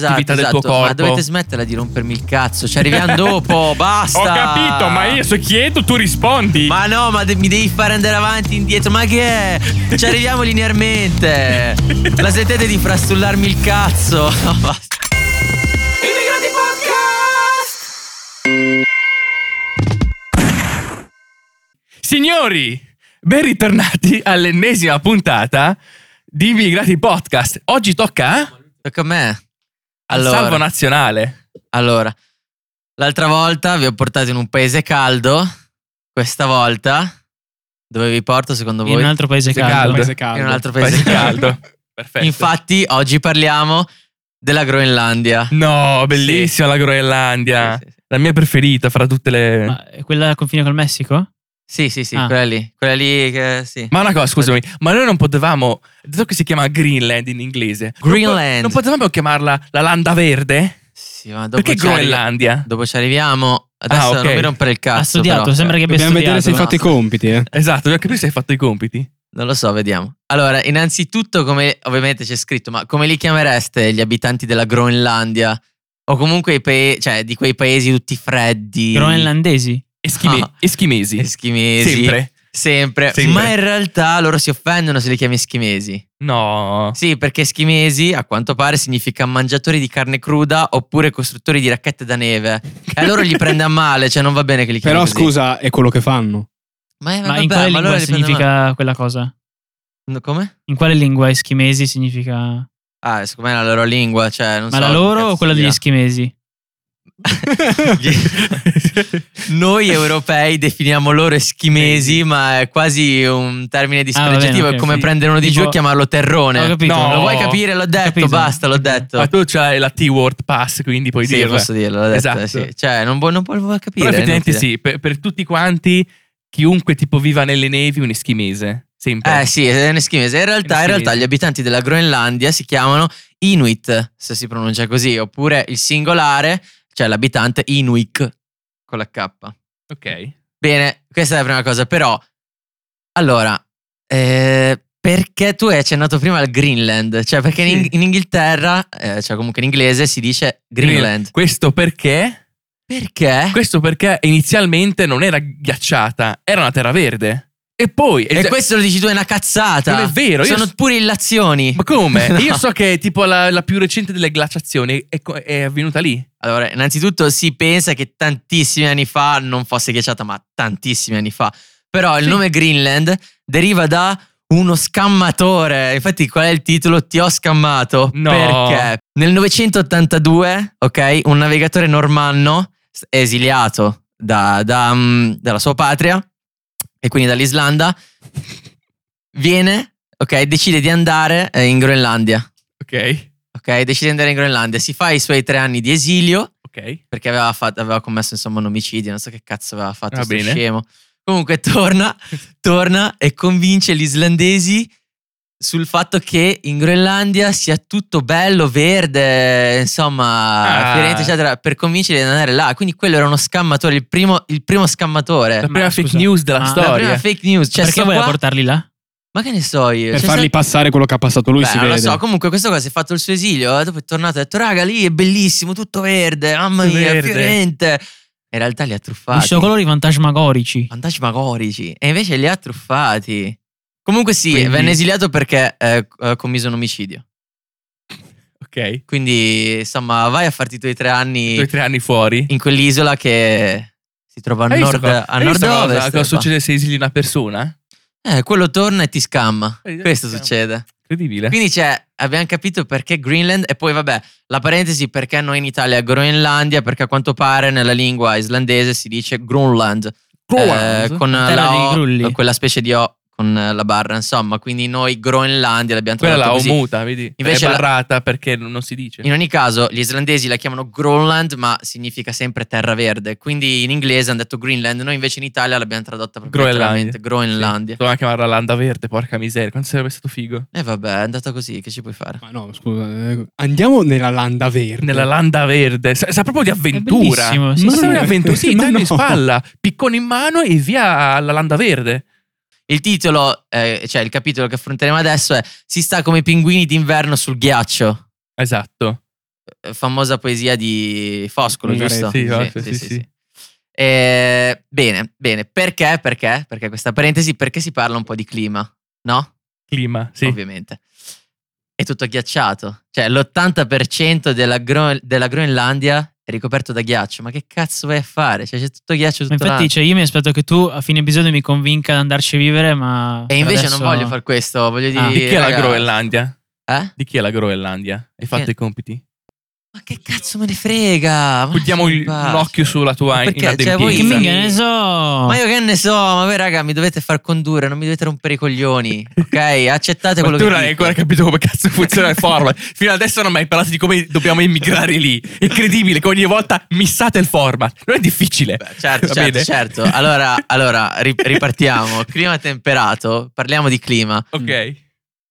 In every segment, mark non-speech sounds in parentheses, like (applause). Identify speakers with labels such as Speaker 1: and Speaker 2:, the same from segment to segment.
Speaker 1: attività del tuo corpo.
Speaker 2: Esatto, Ma dovete smetterla di rompermi il cazzo. Ci
Speaker 1: (laughs)
Speaker 2: arriviamo dopo. Basta.
Speaker 1: Ho capito, ma io se chiedo, tu rispondi.
Speaker 2: Ma no, ma de- mi devi fare andare avanti, indietro. Ma che è? Ci arriviamo linearmente. La sentite di frastullarmi il cazzo. (laughs) No, basta.
Speaker 3: Immigrati Podcast!
Speaker 1: Signori, ben ritornati all'ennesima puntata di Immigrati Podcast. Oggi tocca a
Speaker 2: Tocca a me.
Speaker 1: Salvo
Speaker 2: Allora,
Speaker 1: Nazionale.
Speaker 2: allora, l'altra volta vi ho portato in un paese caldo. Questa volta, dove vi porto secondo
Speaker 4: In
Speaker 2: voi?
Speaker 4: un altro paese
Speaker 1: Paese
Speaker 4: caldo.
Speaker 1: caldo.
Speaker 2: In un altro paese
Speaker 1: Paese
Speaker 2: caldo.
Speaker 1: caldo. Perfetto.
Speaker 2: (laughs) Infatti, oggi parliamo della Groenlandia.
Speaker 1: No, bellissima la Groenlandia.
Speaker 2: Sì, sì, sì.
Speaker 1: La mia preferita fra tutte le... Ma,
Speaker 4: Ma è quella al confine col Messico?
Speaker 2: Sì, sì, sì,
Speaker 4: Ah.
Speaker 2: quella lì. Quella lì che sì.
Speaker 1: una cosa, scusami, ma noi non potevamo... Detto che si chiama Greenland in inglese. non po-
Speaker 2: Greenland.
Speaker 1: Non potevamo chiamarla la Landa Verde?
Speaker 2: Sì, ma dopo
Speaker 1: Perché
Speaker 2: ci arri-
Speaker 1: Groenlandia?
Speaker 2: Dopo ci arriviamo. Adesso
Speaker 1: Ah, ok.
Speaker 2: non mi rompere il cazzo.
Speaker 4: ha studiato,
Speaker 2: però.
Speaker 4: sembra che abbia
Speaker 5: Dobbiamo
Speaker 4: studiato.
Speaker 5: vedere se hai
Speaker 2: no?
Speaker 5: fatto i compiti, eh.
Speaker 1: Esatto, dobbiamo capire se hai fatto i compiti.
Speaker 2: Non lo so, vediamo. Allora, innanzitutto, come ovviamente c'è scritto, ma come li chiamereste gli abitanti della Groenlandia? O comunque i paesi, cioè di quei paesi tutti freddi.
Speaker 4: Groenlandesi.
Speaker 2: Eh,
Speaker 1: Eschime-
Speaker 2: No.
Speaker 1: Eschimesi.
Speaker 2: Ah. Eschimesi.
Speaker 1: Sempre.
Speaker 2: Sempre.
Speaker 1: Sempre.
Speaker 2: Ma in realtà loro si offendono se li chiami eschimesi. (laughs)
Speaker 1: No.
Speaker 2: Sì, perché eschimesi a quanto pare significa mangiatori di carne cruda oppure costruttori di racchette da neve. E a loro gli prende a male, cioè non va bene che li chiami
Speaker 5: Però
Speaker 2: così.
Speaker 5: scusa, è quello che fanno.
Speaker 2: Ma,
Speaker 4: Ma in quale lingua significa quella cosa?
Speaker 2: Come?
Speaker 4: In quale lingua eschimesi significa...
Speaker 2: Ah, secondo me è la loro lingua, cioè non
Speaker 4: Ma
Speaker 2: so
Speaker 4: la
Speaker 2: che
Speaker 4: loro
Speaker 2: cazzo
Speaker 4: o quella degli
Speaker 2: sia.
Speaker 4: eschimesi?
Speaker 2: Noi europei definiamo loro eschimesi, ma è quasi un termine
Speaker 4: Ah, va bene,
Speaker 2: dispregiativo.
Speaker 4: ok,
Speaker 2: è come
Speaker 4: sì.
Speaker 2: prendere uno di
Speaker 4: Tipo-
Speaker 2: giù e chiamarlo
Speaker 4: Ho
Speaker 2: terrone.
Speaker 4: capito.
Speaker 1: No.
Speaker 2: Lo vuoi capire? L'ho detto,
Speaker 4: Capito.
Speaker 2: basta, l'ho detto.
Speaker 1: Ma tu c'hai la T-Word Pass, quindi puoi
Speaker 2: sì,
Speaker 1: dirlo.
Speaker 2: posso dirlo, l'ho detto,
Speaker 1: Esatto.
Speaker 2: sì. Cioè, non, può- non può- non può capire.
Speaker 1: Però
Speaker 2: è
Speaker 1: effettivamente
Speaker 2: inutile.
Speaker 1: sì, per, per tutti quanti, chiunque tipo viva nelle nevi, un eschimese. Sempre.
Speaker 2: Eh sì, è un eschimese. In realtà, in
Speaker 1: Eschimesi.
Speaker 2: realtà gli abitanti della Groenlandia si chiamano Inuit, se si pronuncia così, oppure il singolare, cioè l'abitante Inuik con la K.
Speaker 1: Ok.
Speaker 2: Bene, questa è la prima cosa, però. Allora, eh, perché tu hai accennato prima al Greenland? Cioè, perché in,
Speaker 1: Sì.
Speaker 2: in Inghilterra, eh, cioè comunque in inglese, si dice Greenland.
Speaker 1: Questo perché?
Speaker 2: Perché?
Speaker 1: Questo perché inizialmente non era ghiacciata, era una terra verde. E poi...
Speaker 2: e questo lo dici tu è una cazzata.
Speaker 1: Non è vero, io
Speaker 2: Sono
Speaker 1: s-
Speaker 2: pure illazioni.
Speaker 1: Ma
Speaker 2: (laughs)
Speaker 1: come?
Speaker 2: No.
Speaker 1: Io so che tipo la, la più recente delle glaciazioni è, co- è avvenuta lì.
Speaker 2: Allora, innanzitutto si pensa che tantissimi anni fa non fosse ghiacciata, ma tantissimi anni fa. Però il nome Greenland deriva da uno scammatore. Infatti, qual è il titolo? Ti ho scammato.
Speaker 1: No.
Speaker 2: Perché nel 982, ok, un navigatore normanno s- esiliato da- da, mm, dalla sua patria e quindi dall'Islanda viene, ok, decide di andare eh, in Groenlandia.
Speaker 1: Ok.
Speaker 2: Ok, decide di andare in Groenlandia, si fa i suoi tre anni di esilio
Speaker 1: Ok.
Speaker 2: perché aveva, fatto- aveva commesso insomma un omicidio, non so che cazzo aveva fatto,
Speaker 1: Va
Speaker 2: sto
Speaker 1: Ah, bene.
Speaker 2: scemo. Comunque
Speaker 1: (laughs)
Speaker 2: torna, torna e convince gli islandesi sul fatto che in Groenlandia sia tutto bello, verde, insomma,
Speaker 1: Ah.
Speaker 2: fiorente, eccetera, per convincerli ad andare là. Quindi quello era uno scammatore, il primo, il primo
Speaker 1: La
Speaker 2: scammatore.
Speaker 1: prima fake
Speaker 4: scusa,
Speaker 1: news della
Speaker 4: ma-
Speaker 1: storia.
Speaker 2: Ah. La prima fake news, cioè,
Speaker 4: Perché
Speaker 2: sto
Speaker 4: vuoi
Speaker 2: qua-
Speaker 4: portarli là?
Speaker 2: ma che ne so io?
Speaker 5: Per
Speaker 2: Cioè,
Speaker 5: fargli
Speaker 2: sai-
Speaker 5: passare quello che ha passato lui,
Speaker 2: Beh,
Speaker 5: si
Speaker 2: non
Speaker 5: vede.
Speaker 2: lo so, comunque questo qua si è fatto il suo esilio, eh, dopo è tornato e ha detto raga lì è bellissimo, tutto verde, mamma
Speaker 1: Tutto
Speaker 2: mia, è
Speaker 1: verde."
Speaker 2: fiorente. In realtà li ha
Speaker 4: Ci
Speaker 2: truffati.
Speaker 4: sono colori fantasmagorici.
Speaker 2: Fantasmagorici. E invece li ha truffati. Comunque sì,
Speaker 1: Quindi-
Speaker 2: venne esiliato perché eh, ha commiso un omicidio.
Speaker 1: Ok.
Speaker 2: Quindi insomma vai a farti i tuoi tre anni
Speaker 1: Due o tre anni fuori.
Speaker 2: in quell'isola che si trova a
Speaker 1: Hai visto
Speaker 2: nord,
Speaker 1: cosa-
Speaker 2: a
Speaker 1: hai visto cosa-
Speaker 2: nord-ovest.
Speaker 1: Cosa succede se esili una persona?
Speaker 2: Eh, quello torna e ti scamma.
Speaker 1: Eh, ti
Speaker 2: Questo
Speaker 1: scamma.
Speaker 2: succede. Eh,
Speaker 1: Incredibile.
Speaker 2: Quindi c'è, abbiamo capito perché Greenland e poi vabbè, la parentesi perché noi in Italia Groenlandia, perché a quanto pare nella lingua islandese si dice Grunland, eh, con
Speaker 4: Terra
Speaker 2: la
Speaker 4: dei
Speaker 2: O,
Speaker 4: grulli.
Speaker 2: quella specie di O con eh, la barra, insomma, quindi noi Groenlandia l'abbiamo
Speaker 1: Quella
Speaker 2: trovata
Speaker 1: la ho
Speaker 2: così.
Speaker 1: muta, vedi?
Speaker 2: Invece
Speaker 1: è
Speaker 2: la-
Speaker 1: barrata perché non non si dice.
Speaker 2: In ogni caso, gli islandesi la chiamano Groenland, ma significa sempre terra verde, quindi in inglese hanno detto Greenland, noi invece in Italia l'abbiamo tradotta proprio
Speaker 1: Groenlandia.
Speaker 2: letteralmente Groenlandia.
Speaker 1: Doveva chiamarla Landa Verde, porca miseria. Quanto sarebbe stato figo.
Speaker 2: E vabbè, è andata così, che ci puoi fare?
Speaker 5: Ma no, scusa. eh, Andiamo nella landa verde.
Speaker 1: Nella Landa Verde. Sa, sa proprio di avventura.
Speaker 4: bellissimo, sì,
Speaker 1: ma
Speaker 5: sì.
Speaker 1: sembra un'avventura. Sì,
Speaker 5: Ma
Speaker 1: taglio in
Speaker 5: no.
Speaker 1: spalla, piccone in mano e via alla Landa Verde.
Speaker 2: Il titolo, eh, cioè il capitolo che affronteremo adesso è Si sta come i pinguini d'inverno sul ghiaccio.
Speaker 1: Esatto.
Speaker 2: eh, famosa poesia di Foscolo,
Speaker 5: Ungaretti,
Speaker 2: giusto?
Speaker 1: sì, forse, sì, sì.
Speaker 2: Eh, bene, bene. Perché? Perché? Perché questa parentesi? Perché si parla un po' di clima, no?
Speaker 1: Clima, sì.
Speaker 2: Ovviamente. È tutto ghiacciato. Cioè, l'80% della, Gro- della Groenlandia è ricoperto da ghiaccio. Ma che cazzo vai a fare? Cioè, c'è tutto ghiaccio
Speaker 4: Ma
Speaker 2: tutto
Speaker 4: infatti,
Speaker 2: l'anno.
Speaker 4: cioè, io mi aspetto che tu a fine episodio mi convinca ad andarci a vivere, ma.
Speaker 2: E invece non voglio
Speaker 4: fare
Speaker 2: far questo, voglio dire...
Speaker 4: Ah.
Speaker 1: Di chi è la
Speaker 2: ragazzi,
Speaker 1: Groenlandia?
Speaker 2: Eh?
Speaker 1: Di chi è la Groenlandia? Hai fatto
Speaker 2: Che-
Speaker 1: i compiti?
Speaker 2: Ma che cazzo me ne frega? Ma
Speaker 1: Buttiamo
Speaker 2: lasciami in
Speaker 1: il-
Speaker 2: pace.
Speaker 1: un occhio sulla tua
Speaker 2: Ma perché? Cioè,
Speaker 1: inadempienza.
Speaker 2: voi-
Speaker 4: Che
Speaker 2: Pizza.
Speaker 4: minchia ne so.
Speaker 2: Ma io che ne so, ma voi raga mi dovete far condurre, non mi dovete rompere i
Speaker 1: (laughs)
Speaker 2: coglioni, ok? Accettate
Speaker 1: Ma
Speaker 2: quello
Speaker 1: tu
Speaker 2: che
Speaker 1: non hai
Speaker 2: dico.
Speaker 1: ancora capito come cazzo funziona il format. Fino adesso non mi hai parlato di come dobbiamo immigrare lì. È Incredibile che ogni volta missate il format. Non è difficile.
Speaker 2: Beh, certo,
Speaker 1: (laughs) Va
Speaker 2: certo,
Speaker 1: bene?
Speaker 2: certo. Allora, allora ri- ripartiamo. clima temperato, parliamo di clima.
Speaker 1: Ok.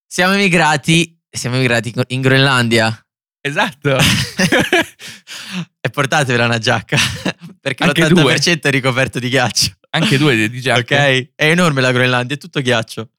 Speaker 2: Siamo emigrati, siamo emigrati in- in
Speaker 1: (laughs)
Speaker 2: Groenlandia.
Speaker 1: Esatto.
Speaker 2: e portatevela una giacca, (laughs) perché
Speaker 1: Anche
Speaker 2: l'80% è ricoperto di ghiaccio.
Speaker 1: Anche due di giacche.
Speaker 2: Ok, è enorme la Groenlandia, è tutto ghiaccio.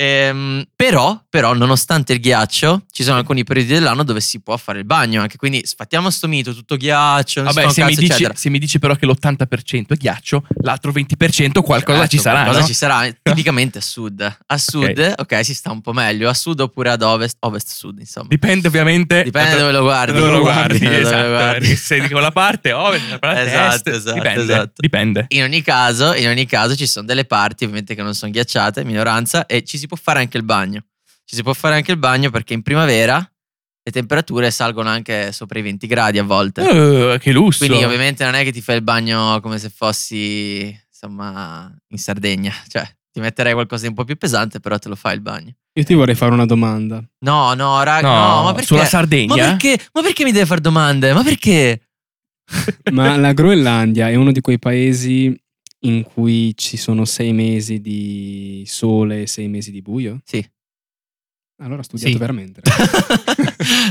Speaker 2: Ehm, però, però, nonostante il ghiaccio, ci sono alcuni periodi dell'anno dove si può fare il bagno anche. Quindi sfattiamo sto mito, tutto ghiaccio, non si
Speaker 1: Vabbè,
Speaker 2: fa un
Speaker 1: se mi,
Speaker 2: cazzo,
Speaker 1: dici,
Speaker 2: eccetera.
Speaker 1: se mi dici però che l'80% è ghiaccio, l'altro 20% qualcosa
Speaker 2: Certo,
Speaker 1: ci sarà.
Speaker 2: Qualcosa
Speaker 1: no?
Speaker 2: ci
Speaker 1: (laughs)
Speaker 2: sarà, tipicamente a sud. A sud, ok, si sta un po' meglio. A sud oppure ad ovest, ovest-sud, insomma.
Speaker 1: Dipende ovviamente
Speaker 2: Dipende
Speaker 1: (laughs) da-
Speaker 2: dove lo guardi.
Speaker 1: dove lo guardi,
Speaker 2: Dipende dove lo
Speaker 1: esatto,
Speaker 2: guardi.
Speaker 1: (laughs) perché se dico la parte oh, ovest, la parte
Speaker 2: Esatto,
Speaker 1: est,
Speaker 2: esatto,
Speaker 1: dipende,
Speaker 2: esatto.
Speaker 1: dipende.
Speaker 2: In ogni, caso, in ogni caso ci sono delle parti ovviamente che non sono ghiacciate, minoranza, e ci si può fare anche il bagno. Ci si può fare anche il bagno perché in primavera le temperature salgono anche sopra i 20 gradi a volte.
Speaker 1: Eh, che lusso.
Speaker 2: Quindi ovviamente non è che ti fai il bagno come se fossi, insomma, in Sardegna. (laughs) Cioè, ti metterei qualcosa di un po' più pesante, però te lo fai il bagno.
Speaker 5: Io ti vorrei fare una domanda.
Speaker 2: No, no, raga, ah, no,
Speaker 1: no,
Speaker 2: ma perché?
Speaker 1: sulla
Speaker 2: ma,
Speaker 1: Sardegna.
Speaker 2: perché, ma perché mi deve fare domande? Ma perché?
Speaker 5: Ma la Groenlandia è uno di quei paesi in cui ci sono sei mesi di sole e sei mesi di buio?
Speaker 2: Sì.
Speaker 5: Allora ho studiato
Speaker 4: Sì.
Speaker 5: veramente.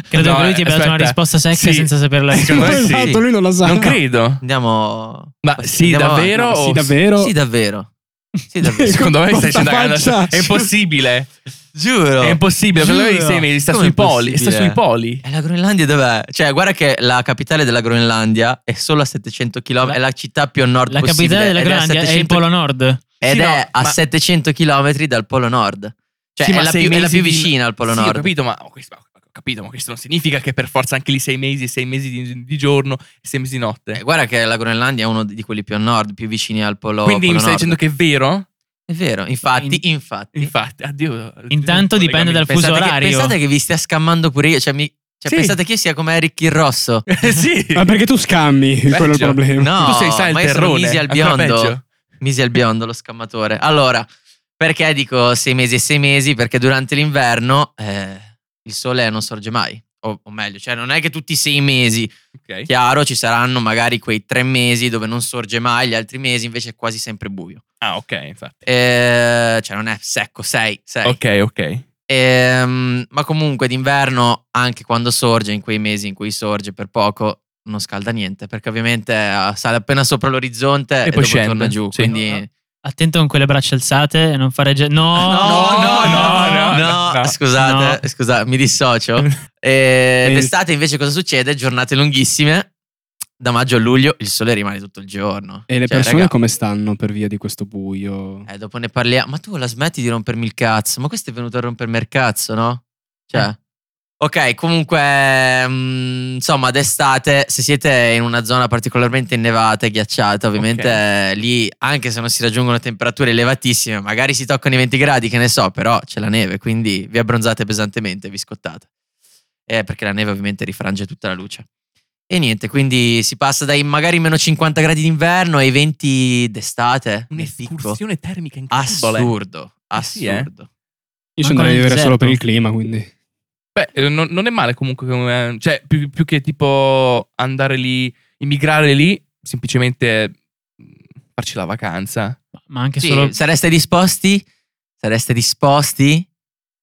Speaker 4: Credo
Speaker 1: No,
Speaker 4: che lui ti abbia dato
Speaker 1: aspetta.
Speaker 4: una risposta secca
Speaker 1: Sì.
Speaker 4: senza saperla.
Speaker 1: (laughs) Secondo me sì.
Speaker 5: Esatto, lui non la sa.
Speaker 1: Non credo.
Speaker 2: Andiamo.
Speaker 1: Ma sì,
Speaker 2: andiamo avanti.
Speaker 1: davvero?
Speaker 5: Sì,
Speaker 1: o-
Speaker 5: davvero.
Speaker 2: Sì,
Speaker 1: (laughs)
Speaker 2: davvero. Sì, davvero.
Speaker 1: Secondo me stai
Speaker 5: Questa
Speaker 1: dicendo che
Speaker 5: faccia.
Speaker 1: adesso- è impossibile.
Speaker 2: Giuro.
Speaker 1: È impossibile. Per lei
Speaker 4: Giuro.
Speaker 1: sei mesi sta
Speaker 2: Come
Speaker 1: sui poli. Sta
Speaker 2: impossibile?
Speaker 1: sui poli.
Speaker 2: E la Groenlandia dov'è? Cioè, guarda che la capitale della Groenlandia è solo a 700 km,
Speaker 4: La-
Speaker 2: è la città più a nord
Speaker 4: La
Speaker 2: possibile.
Speaker 4: capitale della
Speaker 2: ed è a
Speaker 4: Grandia è il
Speaker 2: 700
Speaker 4: Polo Nord.
Speaker 2: Ed
Speaker 1: Sì,
Speaker 2: è
Speaker 1: no,
Speaker 2: a
Speaker 1: ma-
Speaker 2: 700 km dal Polo Nord. Cioè,
Speaker 1: Sì,
Speaker 2: è,
Speaker 1: ma
Speaker 2: la
Speaker 1: sei
Speaker 2: più, è la
Speaker 1: mesi
Speaker 2: più
Speaker 1: di-
Speaker 2: vicina al Polo
Speaker 1: Sì,
Speaker 2: Nord.
Speaker 1: Ho capito, ma ho questo- ho capito, ma questo non significa che per forza anche lì sei mesi, sei mesi di, di giorno e sei mesi di notte.
Speaker 2: Eh, guarda che la Groenlandia è uno di quelli più a nord, più vicini al Polo
Speaker 1: Quindi mi
Speaker 2: Polo
Speaker 1: stai
Speaker 2: Nord.
Speaker 1: dicendo che è vero?
Speaker 2: È vero, infatti, infatti.
Speaker 1: Infatti, addio.
Speaker 4: Intanto dipende dal fuso
Speaker 2: Pensate che,
Speaker 4: orario.
Speaker 2: pensate che vi stia scammando pure io, cioè, mi- cioè,
Speaker 1: Sì.
Speaker 2: pensate che io sia come Eric il Rosso.
Speaker 1: Eh, (laughs) sì.
Speaker 5: Ma perché tu scammi? Quello è il
Speaker 1: Peggio.
Speaker 5: problema.
Speaker 2: No,
Speaker 1: tu sei sai il
Speaker 2: ma io sono
Speaker 1: terrone,
Speaker 2: Misi al
Speaker 1: ancora
Speaker 2: biondo.
Speaker 1: peggio.
Speaker 2: Misi al biondo, lo scammatore. Allora, perché dico sei mesi e sei mesi? Perché durante l'inverno eh, il sole non sorge mai. O, o meglio, cioè non è che tutti i sei mesi,
Speaker 1: Ok.
Speaker 2: chiaro, ci saranno magari quei tre mesi dove non sorge mai, gli altri mesi invece è quasi sempre buio.
Speaker 1: Ah, ok, infatti.
Speaker 2: Eh, cioè non è secco, sei, sei.
Speaker 1: Ok, ok.
Speaker 2: Ehm, ma comunque d'inverno, anche quando sorge, in quei mesi in cui sorge per poco, non scalda niente, perché ovviamente eh, sale appena sopra l'orizzonte e,
Speaker 1: poi
Speaker 2: poi
Speaker 1: scende,
Speaker 2: torna giù.
Speaker 1: sì. Ah,
Speaker 2: Quindi...
Speaker 4: Attento con quelle braccia alzate e non fare. ge- no,
Speaker 1: no, no, no, no, no.
Speaker 2: scusate, scusate, mi dissocio. E
Speaker 5: Eh,
Speaker 2: d'estate invece cosa succede? Giornate lunghissime, da maggio a luglio il sole rimane tutto il giorno.
Speaker 5: E le
Speaker 2: Cioè,
Speaker 5: persone
Speaker 2: raga,
Speaker 5: come stanno per via di questo buio?
Speaker 2: eh, dopo ne parliamo. Ma tu la smetti di rompermi il cazzo? Ma questo è venuto a rompermi il cazzo, no? Cioè... Ok, comunque, mh, insomma, d'estate, se siete in una zona particolarmente innevata e ghiacciata, ovviamente eh, lì, anche se non si raggiungono temperature elevatissime, magari si toccano i 20 gradi, che ne so, però c'è la neve, quindi vi abbronzate pesantemente, vi scottate. Eh, perché la neve ovviamente rifrange tutta la luce. E niente, quindi si passa dai magari meno 50 gradi d'inverno ai 20 d'estate. È picco.
Speaker 1: Un'escursione termica incredibile.
Speaker 2: Assurdo,
Speaker 1: Eh sì, eh.
Speaker 2: assurdo.
Speaker 4: Ancora
Speaker 5: Io ci andrei a
Speaker 4: nel
Speaker 5: vivere
Speaker 4: deserto?
Speaker 5: solo per il clima, quindi.
Speaker 1: Beh, eh, non, non è male comunque, come- cioè più, più che tipo andare lì, immigrare lì, semplicemente mh, farci la vacanza.
Speaker 4: Ma anche
Speaker 2: Sì,
Speaker 4: solo.
Speaker 2: sareste disposti? Sareste disposti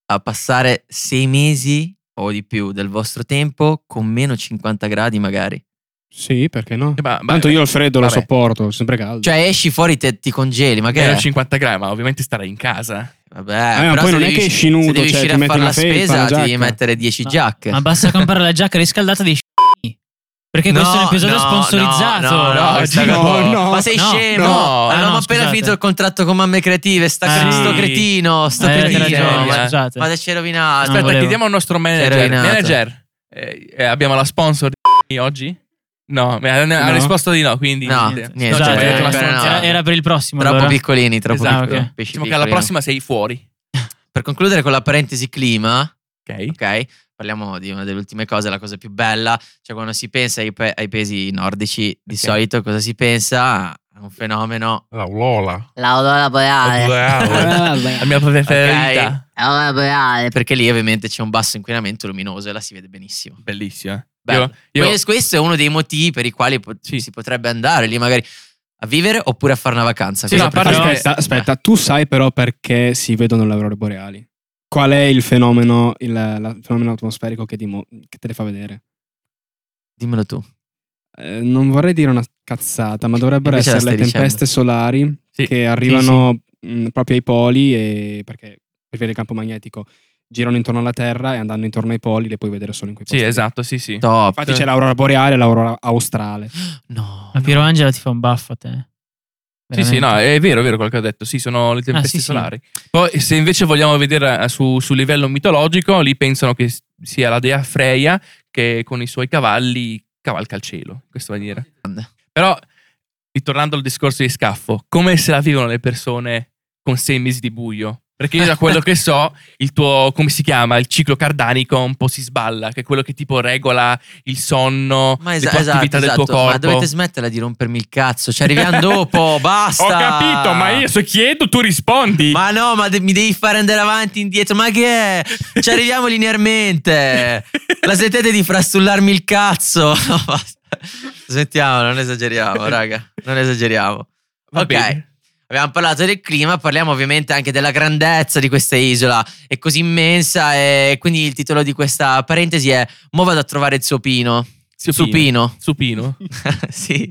Speaker 2: a passare sei mesi o di più del vostro tempo con meno 50 gradi magari?
Speaker 5: Sì, perché no?
Speaker 1: Eh, ma- ma-
Speaker 5: Tanto io il freddo lo
Speaker 1: vabbè.
Speaker 5: sopporto, è sempre caldo.
Speaker 2: Cioè esci fuori te ti congeli, magari.
Speaker 1: Meno 50 gradi, ma ovviamente starei in casa.
Speaker 2: Vabbè,
Speaker 5: Eh,
Speaker 2: però
Speaker 5: ma poi
Speaker 2: se
Speaker 5: non è
Speaker 2: devi-
Speaker 5: che esci
Speaker 2: se
Speaker 5: nudo,
Speaker 2: devi
Speaker 5: cioè,
Speaker 2: uscire
Speaker 5: ti
Speaker 2: a
Speaker 5: metti
Speaker 2: fare
Speaker 5: una
Speaker 2: la
Speaker 5: felpa, una
Speaker 2: spesa, ti devi
Speaker 5: giacca.
Speaker 2: mettere 10
Speaker 4: Ma-
Speaker 2: giacche.
Speaker 4: Ma basta comprare la giacca riscaldata di Perché
Speaker 2: No,
Speaker 4: questo è un episodio
Speaker 2: no,
Speaker 4: sponsorizzato.
Speaker 2: No, no,
Speaker 1: No,
Speaker 2: questa
Speaker 1: no,
Speaker 2: cosa-
Speaker 5: no.
Speaker 2: Ma sei
Speaker 4: No,
Speaker 2: scemo?
Speaker 1: no.
Speaker 2: Avevamo
Speaker 4: Ah, no,
Speaker 2: appena
Speaker 4: scusate.
Speaker 2: finito il contratto con Mamme Creative. Sta
Speaker 4: Ah,
Speaker 2: cre- sto
Speaker 4: sì. Eh,
Speaker 2: cretino, sto
Speaker 4: Avete
Speaker 2: cretino. Eh,
Speaker 1: ragione,
Speaker 2: ma-
Speaker 4: scusate.
Speaker 2: Ma ci hai rovinato.
Speaker 4: No,
Speaker 1: Aspetta,
Speaker 4: volevo.
Speaker 1: chiediamo al nostro
Speaker 2: Sei
Speaker 1: manager.
Speaker 2: rovinato.
Speaker 1: Manager, eh, eh, abbiamo la sponsor di oggi? No, eh, ha, ha
Speaker 5: No.
Speaker 1: risposto di no, quindi
Speaker 2: No,
Speaker 1: niente.
Speaker 2: niente,
Speaker 1: No, ci
Speaker 4: Scusate,
Speaker 1: abbiamo detto
Speaker 2: eh,
Speaker 1: la
Speaker 2: per-
Speaker 1: stronzata.
Speaker 4: era,
Speaker 2: no.
Speaker 4: era per il prossimo.
Speaker 2: troppo
Speaker 4: allora.
Speaker 2: piccolini, troppo
Speaker 1: Esatto.
Speaker 2: piccoli.
Speaker 4: Ok.
Speaker 2: Pesci
Speaker 1: Diciamo che alla
Speaker 2: piccoli, no.
Speaker 1: prossima sei fuori.
Speaker 2: Per concludere con la parentesi clima,
Speaker 1: Ok.
Speaker 2: ok? Parliamo di una delle ultime cose, la cosa più bella, cioè quando si pensa ai, pe- ai paesi nordici, di
Speaker 1: Ok.
Speaker 2: solito cosa si pensa? A un fenomeno...
Speaker 6: L'aulola.
Speaker 2: L'aurora boreale.
Speaker 6: L'aulola.
Speaker 1: (laughs) La mia preferita.
Speaker 2: Ok. L'aurora boreale. Perché lì ovviamente c'è un basso inquinamento luminoso e la si vede benissimo.
Speaker 1: Bellissima.
Speaker 2: Bello.
Speaker 1: eh. Io, io
Speaker 2: Questo- Questo è uno dei motivi per i quali po-
Speaker 1: Sì.
Speaker 2: si potrebbe andare lì magari a vivere oppure a fare una vacanza.
Speaker 1: Sì,
Speaker 2: Cosa
Speaker 1: no,
Speaker 2: preferite?
Speaker 1: Però-
Speaker 5: esatto. aspetta, aspetta, tu sai però perché si vedono le aurore boreali? Qual è il fenomeno, il, la- fenomeno atmosferico che, dimo- che te le fa vedere?
Speaker 2: Dimmelo tu.
Speaker 5: Eh, non vorrei dire una cazzata, ma dovrebbero
Speaker 2: Invece la
Speaker 5: essere le
Speaker 2: stai
Speaker 5: tempeste solari
Speaker 1: Sì,
Speaker 5: che arrivano mh, proprio ai poli e, perché per via del campo magnetico girano intorno alla Terra e andando intorno ai poli le puoi vedere solo in quei
Speaker 1: Sì,
Speaker 5: posti.
Speaker 1: esatto, sì, sì.
Speaker 2: Top.
Speaker 5: Infatti c'è l'aurora boreale e l'aurora australe.
Speaker 2: No.
Speaker 4: Ma Piero Angela ti fa un baffo a te.
Speaker 1: Sì, sì,
Speaker 4: Veramente.
Speaker 1: no, è vero, è vero quello che ha detto. Sì,
Speaker 2: Ah,
Speaker 1: sono le tempeste
Speaker 4: sì, sì.
Speaker 1: solari. Poi, se invece vogliamo vedere eh, su, sul livello mitologico, lì pensano che s- sia la dea Freya che con i suoi cavalli cavalca il cielo, in questa maniera. Però, ritornando al discorso di scaffo, come se la vivono le persone con sei mesi di buio? Perché io
Speaker 2: (laughs)
Speaker 1: da quello che so, il tuo, come si chiama, il ciclo cardanico un po' si sballa, che è quello che tipo regola il sonno,
Speaker 2: Ma
Speaker 1: le
Speaker 2: esa-
Speaker 1: tue attività
Speaker 2: esatto,
Speaker 1: del
Speaker 2: esatto.
Speaker 1: tuo corpo.
Speaker 2: Ma dovete smetterla di rompermi il cazzo. Ci
Speaker 1: (laughs)
Speaker 2: arriviamo dopo. Basta.
Speaker 1: Ho capito, ma io se chiedo tu rispondi.
Speaker 2: Ma no, ma de- mi devi fare andare avanti, indietro. Ma che è? Ci arriviamo
Speaker 1: (laughs)
Speaker 2: linearmente. La sentite di frastullarmi il cazzo. (laughs) No, basta. Smettiamo, non
Speaker 1: (laughs)
Speaker 2: esageriamo, raga. Non esageriamo.
Speaker 1: Va
Speaker 2: ok.
Speaker 1: bene.
Speaker 2: Abbiamo parlato del clima, parliamo ovviamente anche della grandezza di questa isola. È così immensa e quindi il titolo di questa parentesi è Mo vado a trovare il suo pino.
Speaker 1: Supino.
Speaker 2: Supino.
Speaker 1: Supino.
Speaker 2: (laughs) sì.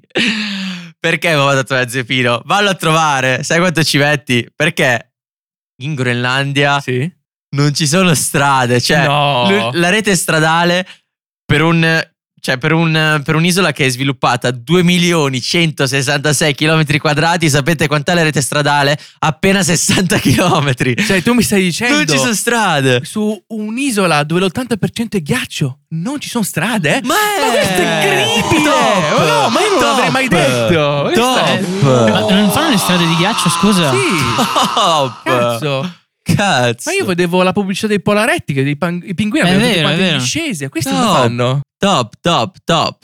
Speaker 2: Perché mi vado a trovare Zeppino? Vallo a trovare, sai quanto ci metti? Perché in Groenlandia
Speaker 1: Sì.
Speaker 2: non ci sono strade, Ah. cioè l-
Speaker 1: No.
Speaker 2: la rete stradale per un cioè per, un- per un'isola che è sviluppata a 2.166 km quadrati, sapete quant'è la rete stradale? Appena 60 km.
Speaker 1: Cioè, tu mi stai
Speaker 2: non
Speaker 1: dicendo
Speaker 2: ci sono strade.
Speaker 1: su un'isola dove l'80% è ghiaccio non ci sono strade?
Speaker 2: Ma,
Speaker 1: Ma questo è incredibile!
Speaker 2: Top!
Speaker 1: Oh no, ma io non
Speaker 2: Top!
Speaker 1: l'avrei mai detto! Questa è-
Speaker 2: Top!
Speaker 4: Ma non fanno le strade di ghiaccio,
Speaker 2: (laughs)
Speaker 4: scusa?
Speaker 1: Sì.
Speaker 2: Top!
Speaker 1: Cazzo.
Speaker 2: Cazzo.
Speaker 1: Ma io vedevo la pubblicità dei Polaretti che dei pan- i pinguini
Speaker 4: È
Speaker 1: avevano tutti
Speaker 4: vero,
Speaker 1: quanti
Speaker 4: è
Speaker 1: in
Speaker 4: vero.
Speaker 1: discesa. Questi
Speaker 2: No.
Speaker 1: cosa fanno?
Speaker 2: Top, top, top.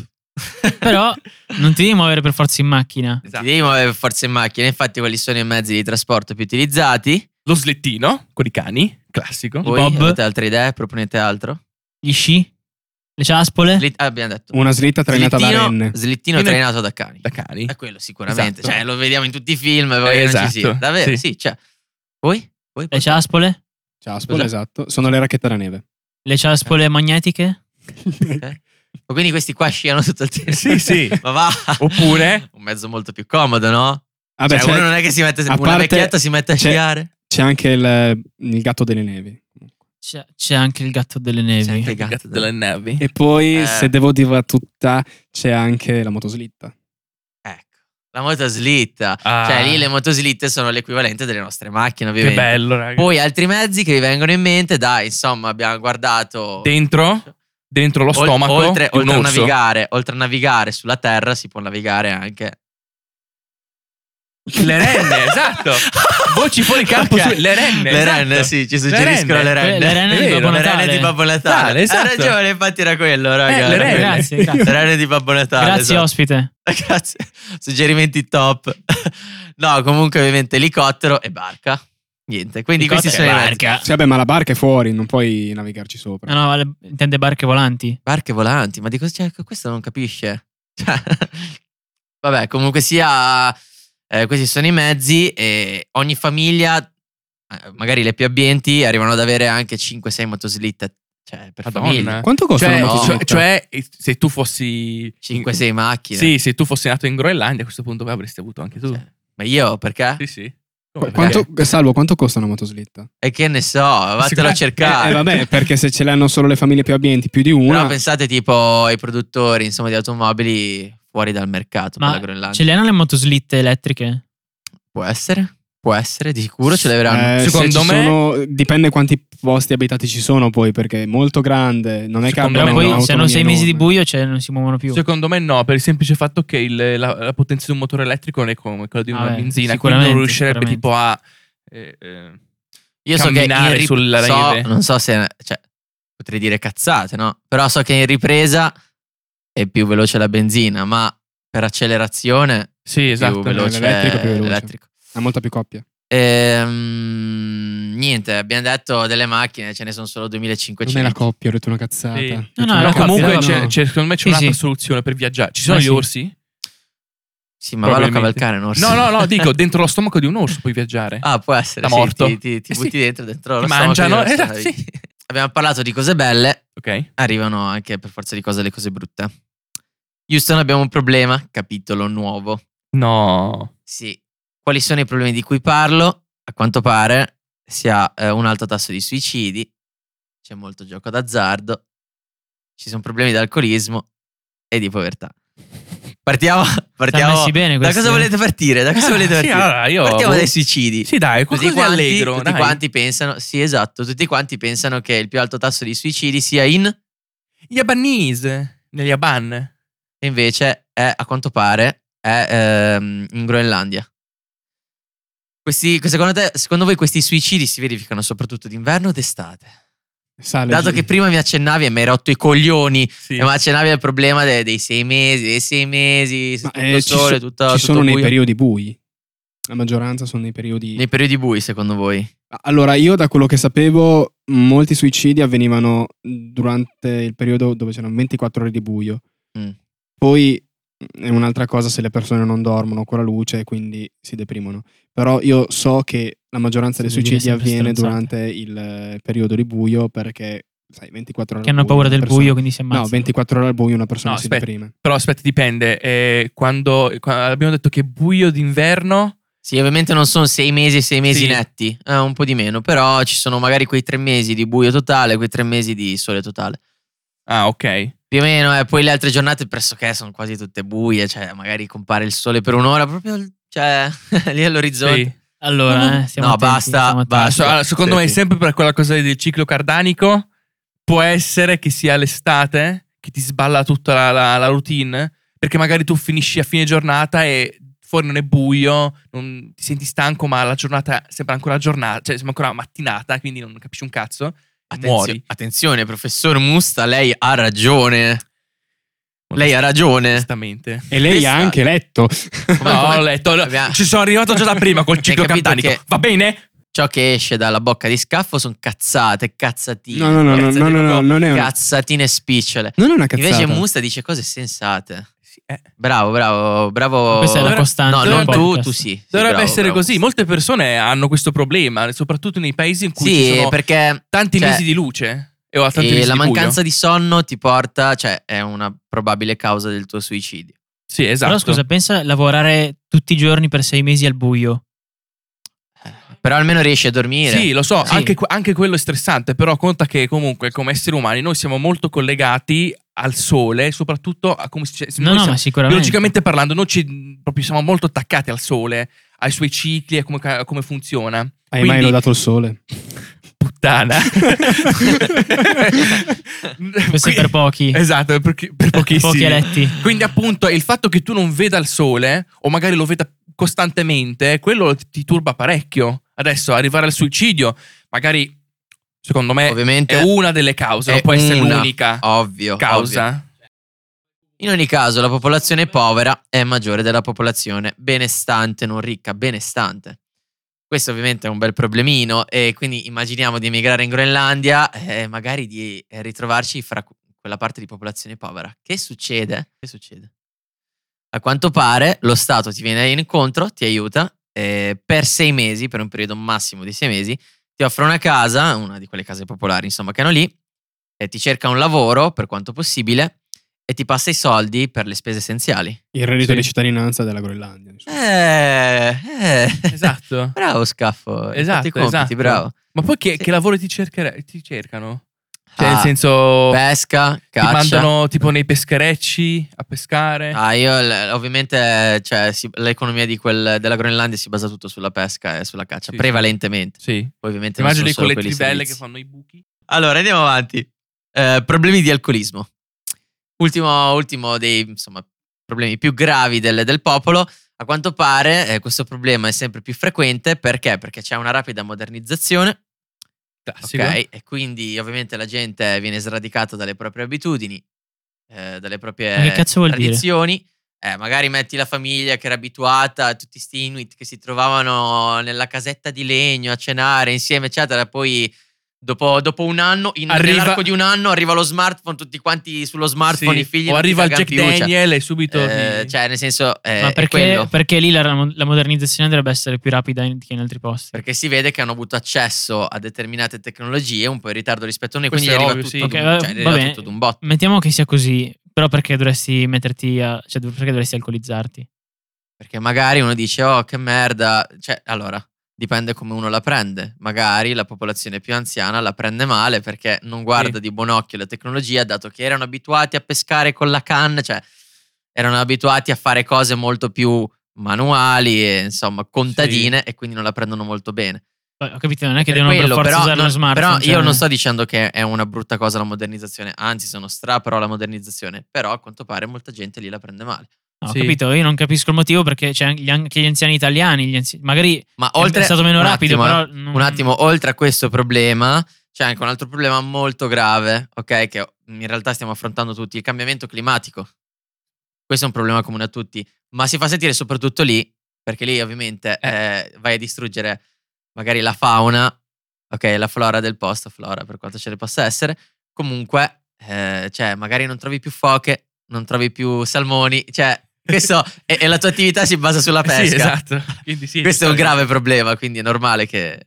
Speaker 4: Però non ti devi muovere per forza in macchina.
Speaker 1: Esatto.
Speaker 2: Ti devi muovere forza in macchina, infatti quelli sono i mezzi di trasporto più utilizzati.
Speaker 1: Lo slettino con i cani, classico.
Speaker 2: Voi
Speaker 4: Bob.
Speaker 2: avete altre idee? Proponete altro?
Speaker 4: Gli sci? Le
Speaker 1: Eh.
Speaker 4: ciaspole?
Speaker 2: Sli- ah, abbiamo detto.
Speaker 5: Una slitta trainata da
Speaker 2: slittino,
Speaker 5: renne.
Speaker 2: slittino
Speaker 1: Fino-
Speaker 2: trainato da cani.
Speaker 1: Da cani.
Speaker 2: È quello sicuramente,
Speaker 1: Esatto.
Speaker 2: cioè lo vediamo in tutti i film, poi
Speaker 1: Eh,
Speaker 2: non
Speaker 1: esatto,
Speaker 2: ci sia. Davvero, sì,
Speaker 1: sì. Eh,
Speaker 2: cioè. Voi? Voi?
Speaker 4: Le ciaspole?
Speaker 5: Ciaspolo,
Speaker 2: Scusa.
Speaker 5: esatto. Sono le racchette da neve.
Speaker 4: Le ciaspole
Speaker 2: Eh.
Speaker 4: magnetiche?
Speaker 2: Ok. eh? Ma Quindi questi qua sciano tutto il tempo.
Speaker 1: Sì, sì.
Speaker 2: (laughs) Ma va.
Speaker 1: Oppure-
Speaker 2: Un mezzo molto più comodo, no?
Speaker 5: Vabbè,
Speaker 2: cioè,
Speaker 5: c'è,
Speaker 2: uno non è che si mette.
Speaker 5: a
Speaker 2: Una
Speaker 5: parte-
Speaker 2: vecchietta si mette a
Speaker 5: c'è-
Speaker 2: sciare.
Speaker 5: c'è anche il, il gatto delle nevi.
Speaker 4: C'è, c'è anche il gatto delle
Speaker 1: Eh,
Speaker 2: C'è anche
Speaker 4: nevi.
Speaker 2: il
Speaker 1: Il
Speaker 2: gatto
Speaker 1: gatto
Speaker 2: della-
Speaker 1: delle nevi.
Speaker 5: E poi,
Speaker 2: Eh.
Speaker 5: se devo dirla tutta, c'è anche la motoslitta.
Speaker 2: Ecco. La motoslitta.
Speaker 1: Ah,
Speaker 2: Cioè, lì le motoslitte sono l'equivalente delle nostre macchine,
Speaker 1: Che
Speaker 2: ovviamente.
Speaker 1: bello, raga.
Speaker 2: Poi altri mezzi che vi vengono in mente, dai, insomma, abbiamo guardato.
Speaker 1: Dentro? Dentro lo
Speaker 2: Ol-
Speaker 1: stomaco
Speaker 2: oltre,
Speaker 1: di un
Speaker 2: oltre a
Speaker 1: orso.
Speaker 2: navigare, oltre a navigare sulla terra, si può navigare anche.
Speaker 1: (laughs) Le renne, esatto. Voci fuori campo
Speaker 2: Ok.
Speaker 1: su- le renne,
Speaker 2: Le
Speaker 1: esatto.
Speaker 2: renne, sì, ci suggeriscono le
Speaker 1: renne.
Speaker 2: renne.
Speaker 4: Le renne
Speaker 1: di
Speaker 2: È vero,
Speaker 4: Babbo
Speaker 2: le renne
Speaker 4: Natale.
Speaker 2: di Babbo Natale.
Speaker 1: Natale, esatto. Eh,
Speaker 2: Hai ragione, infatti era quello, raga.
Speaker 1: le renne.
Speaker 4: Grazie, grazie.
Speaker 2: Le renne di Babbo Natale.
Speaker 4: Grazie
Speaker 2: esatto.
Speaker 4: ospite.
Speaker 2: (laughs) Grazie. Suggerimenti top. No, comunque, ovviamente, elicottero e barca. Niente, quindi (laughs) questi sono i mezzi.
Speaker 1: Cioè,
Speaker 5: Sì, vabbè, ma la barca è fuori, non puoi navigarci sopra.
Speaker 4: Eh No, no, le- intende barche volanti.
Speaker 2: Barche volanti, ma di cosa cioè, questo non capisce. (laughs) Cioè, vabbè, comunque sia, eh, questi sono i mezzi e ogni famiglia, eh, magari le più abbienti, arrivano ad avere anche 5-6 motoslitte, cioè per
Speaker 1: Madonna.
Speaker 2: famiglia.
Speaker 5: Quanto costa
Speaker 1: Cioè,
Speaker 5: una
Speaker 2: no.
Speaker 5: motoslitta?
Speaker 1: cioè- cioè, se tu fossi
Speaker 2: 5-6 macchine.
Speaker 1: Sì, se tu fossi nato in Groenlandia a questo punto beh, avresti avuto anche tu.
Speaker 2: Cioè, ma io perché?
Speaker 1: Sì, sì. Come,
Speaker 5: Quanto-
Speaker 1: perché?
Speaker 5: Salvo, quanto costa una motoslitta?
Speaker 2: E che ne so, vattelo a
Speaker 1: Sicuramente-
Speaker 2: cercare.
Speaker 5: Eh, vabbè, perché se ce l'hanno solo le famiglie più abbienti, più di
Speaker 2: Però
Speaker 5: una.
Speaker 2: pensate tipo ai produttori insomma, di automobili fuori dal mercato. dalla
Speaker 4: Ma
Speaker 2: Groenlandia.
Speaker 4: ce le hanno le motoslitte elettriche?
Speaker 2: Può essere, può essere, di sicuro ce le avranno.
Speaker 5: Eh, se
Speaker 1: Secondo
Speaker 5: ci
Speaker 1: me-
Speaker 5: sono- dipende quanti posti abitati ci sono poi, perché è molto grande, non è che
Speaker 1: Secondo
Speaker 5: abbia
Speaker 1: me-
Speaker 4: Però
Speaker 1: no,
Speaker 4: poi
Speaker 5: un'autonomia
Speaker 4: se hanno sei mesi di
Speaker 5: enorme.
Speaker 4: buio cioè, non si muovono più.
Speaker 1: Secondo me no, per il semplice fatto che il- la, la potenza di un motore elettrico non è come quella di una
Speaker 4: Vabbè,
Speaker 1: benzina, quindi
Speaker 4: sicuramente,
Speaker 1: non riuscirebbe
Speaker 4: sicuramente.
Speaker 1: tipo a... eh, eh,
Speaker 2: Io so che in
Speaker 1: camminare
Speaker 2: rip-
Speaker 1: sulla
Speaker 2: so-
Speaker 1: neve.
Speaker 2: non so se cioè, potrei dire cazzate, no? Però so che in ripresa è più veloce la benzina, ma per accelerazione
Speaker 1: sì,
Speaker 2: è
Speaker 1: esatto.
Speaker 2: più veloce
Speaker 5: l'elettrico è più veloce.
Speaker 2: l'elettrico.
Speaker 5: Ha molta più coppia.
Speaker 2: Ehm, niente, abbiamo detto delle macchine, ce ne sono solo
Speaker 5: Non è la
Speaker 2: 2500.
Speaker 5: coppia, ho detto una cazzata.
Speaker 1: Sì.
Speaker 5: Ho
Speaker 4: No,
Speaker 5: detto
Speaker 4: no,
Speaker 5: una
Speaker 1: Però
Speaker 4: la
Speaker 5: cazzata.
Speaker 1: comunque
Speaker 4: no.
Speaker 1: c'è- c'è- secondo me c'è
Speaker 4: Sì,
Speaker 1: un'altra
Speaker 4: sì.
Speaker 1: soluzione per viaggiare. Ci sono
Speaker 4: Ma
Speaker 1: gli
Speaker 4: sì.
Speaker 1: orsi?
Speaker 2: Sì, ma vado a
Speaker 1: Probabilmente.
Speaker 2: cavalcare un orso.
Speaker 1: No, no, no, dico, dentro lo stomaco di un orso puoi viaggiare.
Speaker 2: Ah, può essere.
Speaker 1: Da
Speaker 2: sì,
Speaker 1: morto.
Speaker 2: ti, ti- ti
Speaker 1: Eh
Speaker 2: butti
Speaker 1: sì.
Speaker 2: dentro, dentro.
Speaker 1: Ti
Speaker 2: lo stomaco di un
Speaker 1: mangiano,
Speaker 2: orso,
Speaker 1: esatto,
Speaker 2: dai.
Speaker 1: sì.
Speaker 2: (laughs) Abbiamo parlato di cose belle,
Speaker 1: Ok.
Speaker 2: arrivano anche per forza di cose le cose brutte. Houston abbiamo un problema, capitolo nuovo.
Speaker 1: No.
Speaker 2: Sì. Quali sono i problemi di cui parlo? A quanto pare si ha eh, un alto tasso di suicidi, c'è molto gioco d'azzardo, ci sono problemi di alcolismo e di povertà. Partiamo, (laughs)
Speaker 4: Stanno
Speaker 2: partiamo.
Speaker 4: messi bene
Speaker 2: Da
Speaker 4: questi?
Speaker 2: cosa volete partire? Da
Speaker 1: (laughs)
Speaker 2: cosa
Speaker 1: Ah,
Speaker 2: volete
Speaker 1: sì,
Speaker 2: partire?
Speaker 1: allora, eh? io- oh, boh.
Speaker 2: Partiamo dai suicidi.
Speaker 1: Sì, dai,
Speaker 2: Tutti
Speaker 1: qualcosa di
Speaker 2: quanti,
Speaker 1: allegro.
Speaker 2: tutti
Speaker 1: dai.
Speaker 2: quanti pensano, sì esatto, tutti quanti pensano che il più alto tasso di suicidi sia in
Speaker 1: Gli Abanese, negli Aban.
Speaker 2: E invece è, a quanto pare, è ehm, in Groenlandia. Questi, secondo, te- secondo voi questi suicidi si verificano soprattutto d'inverno o d'estate?
Speaker 5: Sale,
Speaker 2: Dato
Speaker 5: gi-
Speaker 2: che prima mi accennavi e mi hai rotto i coglioni,
Speaker 1: Sì.
Speaker 2: e mi accennavi al problema de- dei, sei mesi, dei sei mesi,
Speaker 5: Ma,
Speaker 2: tutto
Speaker 5: eh, ci,
Speaker 2: sole,
Speaker 5: so-
Speaker 2: tutto,
Speaker 5: ci
Speaker 2: tutto
Speaker 5: sono nei
Speaker 2: buio.
Speaker 5: periodi bui. La maggioranza sono nei periodi...
Speaker 2: Nei periodi bui, secondo voi?
Speaker 5: Allora, io da quello che sapevo, molti suicidi avvenivano durante il periodo dove c'erano 24 ore di buio.
Speaker 2: Mm.
Speaker 5: Poi è un'altra cosa se le persone non dormono con la luce e quindi si deprimono. Però io so che la maggioranza dei
Speaker 4: Devi dire
Speaker 5: suicidi
Speaker 4: sempre
Speaker 5: avviene
Speaker 4: stronzate.
Speaker 5: durante il eh, periodo di buio perché, sai, 24 ore
Speaker 4: Che
Speaker 5: al
Speaker 4: hanno
Speaker 5: buio,
Speaker 4: paura
Speaker 5: una
Speaker 4: del
Speaker 5: persona-
Speaker 4: buio, quindi si ammazzano.
Speaker 5: No, 24 ore al buio una persona
Speaker 1: No,
Speaker 5: si
Speaker 1: aspetta.
Speaker 5: deprime.
Speaker 1: Però aspetta, dipende. Eh, quando, qua- abbiamo detto che buio d'inverno.
Speaker 2: Sì, ovviamente non sono sei mesi, sei mesi
Speaker 1: Sì.
Speaker 2: netti, eh, un po' di meno, però ci sono magari quei tre mesi di buio totale, quei tre mesi di sole totale.
Speaker 1: Ah, ok.
Speaker 2: Più o meno, e poi le altre giornate pressoché sono quasi tutte buie, cioè magari compare il sole per un'ora proprio cioè, (laughs) lì all'orizzonte.
Speaker 1: Sì.
Speaker 4: Allora, eh, siamo
Speaker 2: No,
Speaker 4: attenti,
Speaker 2: basta,
Speaker 4: siamo attenti.
Speaker 2: basta. esatto.
Speaker 1: So- Cioè, allora, secondo
Speaker 2: Sì,
Speaker 1: me,
Speaker 2: sì.
Speaker 1: sempre per quella cosa del ciclo cardanico, può essere che sia l'estate che ti sballa tutta la, la- la routine. Perché magari tu finisci a fine giornata e fuori non è buio, non- ti senti stanco, ma la giornata sembra ancora giornata, cioè sembra ancora mattinata, quindi non capisci un cazzo.
Speaker 2: Attenzio-
Speaker 1: muori.
Speaker 2: Attenzione, professor Musta, lei ha ragione. Lei ha ragione.
Speaker 1: Onestamente.
Speaker 5: E lei
Speaker 2: Questa-
Speaker 5: ha anche letto.
Speaker 2: (laughs) Come-
Speaker 1: no,
Speaker 2: Eh. come-
Speaker 1: ho letto.
Speaker 2: Abbiamo-
Speaker 1: Ci sono arrivato già da prima
Speaker 2: (laughs)
Speaker 1: col
Speaker 2: Hai
Speaker 1: ciclo
Speaker 2: capito
Speaker 1: cardanico.
Speaker 2: che-
Speaker 1: Va bene?
Speaker 2: Ciò che esce dalla bocca di scaffo sono cazzate, cazzatine.
Speaker 5: No, no, no, no,
Speaker 2: cazzatine
Speaker 5: no, no, no,
Speaker 2: proprio,
Speaker 5: non è una,
Speaker 2: Cazzatine spicciole.
Speaker 5: non è una cazzata.
Speaker 2: Invece Musta dice cose sensate.
Speaker 1: Sì, eh.
Speaker 2: Bravo, bravo, bravo.
Speaker 4: Questa è la
Speaker 1: Dovrebbe-
Speaker 4: costante.
Speaker 2: No,
Speaker 4: del
Speaker 2: non tu,
Speaker 4: podcast.
Speaker 2: tu sì. Sì,
Speaker 1: Dovrebbe
Speaker 2: bravo,
Speaker 1: essere
Speaker 2: bravo,
Speaker 1: così.
Speaker 2: Musta.
Speaker 1: Molte persone hanno questo problema, soprattutto nei paesi in cui ci
Speaker 2: Sì,
Speaker 1: sono
Speaker 2: perché
Speaker 1: tanti
Speaker 2: cioè-
Speaker 1: mesi di luce. E ho tanti
Speaker 2: E
Speaker 1: mesi
Speaker 2: la
Speaker 1: di buio.
Speaker 2: mancanza di sonno ti porta, cioè è una probabile causa del tuo suicidio.
Speaker 1: Sì, esatto.
Speaker 4: Però scusa, pensa a lavorare tutti i giorni per sei mesi al buio.
Speaker 2: Però almeno riesci a dormire.
Speaker 1: Sì, lo so,
Speaker 4: Sì.
Speaker 1: Anche, que- anche quello è stressante, però conta che comunque come esseri umani noi siamo molto collegati al sole, soprattutto a come si cioè,
Speaker 4: No,
Speaker 1: noi
Speaker 4: no,
Speaker 1: siamo-
Speaker 4: ma sicuramente.
Speaker 1: biologicamente parlando noi ci- proprio siamo molto attaccati al sole, ai suoi cicli e a come, a come funziona.
Speaker 5: Hai mai
Speaker 1: Quindi-
Speaker 5: lodato il sole?
Speaker 1: Puttana.
Speaker 4: (laughs)
Speaker 1: (laughs)
Speaker 4: Questo è
Speaker 1: Qui- (laughs)
Speaker 4: per pochi.
Speaker 1: Esatto, per, chi- per pochissimi.
Speaker 4: Pochi eletti.
Speaker 1: Quindi appunto il fatto che tu non veda il sole o magari lo veda costantemente, quello ti- ti turba parecchio. Adesso arrivare al suicidio, magari secondo me
Speaker 2: Ovviamente
Speaker 1: è una delle cause, non
Speaker 2: è
Speaker 1: può essere
Speaker 2: una,
Speaker 1: l'unica
Speaker 2: ovvio, (laughs)
Speaker 1: causa.
Speaker 2: ovvio. In ogni caso, la popolazione povera è maggiore della popolazione benestante, non ricca, benestante. Questo ovviamente è un bel problemino e quindi immaginiamo di emigrare in Groenlandia e magari di eh, ritrovarci fra cu- quella parte di popolazione povera. Che succede? Che succede? A quanto pare lo Stato ti viene incontro, ti aiuta eh, per sei mesi, per un periodo massimo di sei mesi, ti offre una casa, una di quelle case popolari insomma che hanno lì, e ti cerca un lavoro per quanto possibile e ti passa i soldi per le spese essenziali.
Speaker 5: Il reddito
Speaker 1: Sì.
Speaker 5: di cittadinanza della Groenlandia. insomma.
Speaker 2: Eh, eh.
Speaker 1: Esatto.
Speaker 2: (laughs) Bravo Scaffo, hai fatto
Speaker 1: Esatto,
Speaker 2: i compiti,
Speaker 1: esatto.
Speaker 2: bravo.
Speaker 1: Ma poi che,
Speaker 2: Sì.
Speaker 1: che lavoro ti, cercare- ti cercano? Cioè,
Speaker 2: Ah,
Speaker 1: nel senso,
Speaker 2: Pesca,
Speaker 1: ti
Speaker 2: caccia.
Speaker 1: mandano tipo nei pescherecci a pescare.
Speaker 2: Ah, io l- ovviamente cioè, si- l'economia di quel- della Groenlandia si basa tutto sulla pesca e sulla caccia,
Speaker 1: Sì.
Speaker 2: prevalentemente.
Speaker 1: Sì. Ti
Speaker 2: Poi ovviamente non
Speaker 1: immagino
Speaker 2: sono
Speaker 1: dei
Speaker 2: solo quelli
Speaker 1: colletti belle che
Speaker 2: servizi.
Speaker 1: fanno i buchi.
Speaker 2: Allora, andiamo avanti. Eh, problemi di alcolismo. Ultimo, ultimo dei insomma, problemi più gravi del, del popolo. A quanto pare eh, questo problema è sempre più frequente perché? Perché c'è una rapida modernizzazione,
Speaker 1: Classico.
Speaker 2: ok? E quindi ovviamente la gente viene sradicata dalle proprie abitudini, eh, dalle
Speaker 4: Ma
Speaker 2: proprie
Speaker 4: che cazzo vuol dire?
Speaker 2: tradizioni. Eh, magari metti la famiglia che era abituata a tutti sti Inuit che si trovavano nella casetta di legno a cenare insieme, eccetera. Poi dopo, dopo un anno, in,
Speaker 1: Arriva-
Speaker 2: nell'arco di un anno, arriva lo smartphone, tutti quanti sullo smartphone,
Speaker 1: Sì.
Speaker 2: i figli.
Speaker 1: o
Speaker 2: non ti
Speaker 1: arriva il
Speaker 2: cagano
Speaker 1: Jack
Speaker 2: più, cioè.
Speaker 1: Daniel e subito.
Speaker 2: Eh,
Speaker 1: ti-
Speaker 2: cioè, nel senso, eh,
Speaker 4: Ma
Speaker 2: è quello.
Speaker 4: perché, perché lì la, la modernizzazione dovrebbe essere più rapida in- che in altri posti?
Speaker 2: Perché si vede che hanno avuto accesso a determinate tecnologie un po' in ritardo rispetto a noi,
Speaker 1: Questo
Speaker 2: quindi gli
Speaker 1: è
Speaker 2: arriva,
Speaker 1: ovvio,
Speaker 2: tutto,
Speaker 1: sì. eh,
Speaker 2: d'un-
Speaker 4: Ok, va-
Speaker 2: cioè, gli
Speaker 4: va
Speaker 2: arriva
Speaker 4: bene.
Speaker 2: tutto d'un botto.
Speaker 4: Mettiamo che sia così, però perché dovresti metterti a... cioè dov- perché dovresti alcolizzarti?
Speaker 2: Perché magari uno dice, oh che merda, cioè allora dipende come uno la prende, magari la popolazione più anziana la prende male perché non guarda di buon occhio la tecnologia, dato che erano abituati a pescare con la canna, cioè erano abituati a fare cose molto più manuali e insomma contadine e quindi non la prendono molto bene.
Speaker 4: Beh, ho capito, non è che
Speaker 2: Per
Speaker 4: devono per
Speaker 2: quello,
Speaker 4: forza
Speaker 2: però,
Speaker 4: usare lo
Speaker 2: non-
Speaker 4: smartphone.
Speaker 2: però
Speaker 4: cioè,
Speaker 2: io non sto dicendo che è una brutta cosa la modernizzazione, anzi sono stra pro la modernizzazione, però a quanto pare molta gente lì la prende male.
Speaker 4: no, eh, ho
Speaker 1: Sì.
Speaker 4: capito, io non capisco il motivo perché c'è anche gli, anche gli anziani italiani, gli anzi- magari
Speaker 2: Ma oltre
Speaker 4: è stato meno
Speaker 2: un
Speaker 4: rapido,
Speaker 2: attimo, eh.
Speaker 4: però... non-
Speaker 2: un attimo, oltre a questo problema, c'è anche un altro problema molto grave, ok? Che in realtà stiamo affrontando tutti, il cambiamento climatico. Questo è un problema comune a tutti, ma si fa sentire soprattutto lì, perché lì ovviamente eh, vai a distruggere magari la fauna, ok? La flora del posto, flora per quanto ce ne possa essere. Comunque, eh, cioè, magari non trovi più foche, non trovi più salmoni, cioè,
Speaker 1: (laughs)
Speaker 2: questo, e, e la tua attività si basa sulla pesca.
Speaker 1: Sì, esatto. Quindi sì,
Speaker 2: Questo è un grave problema, quindi è normale che...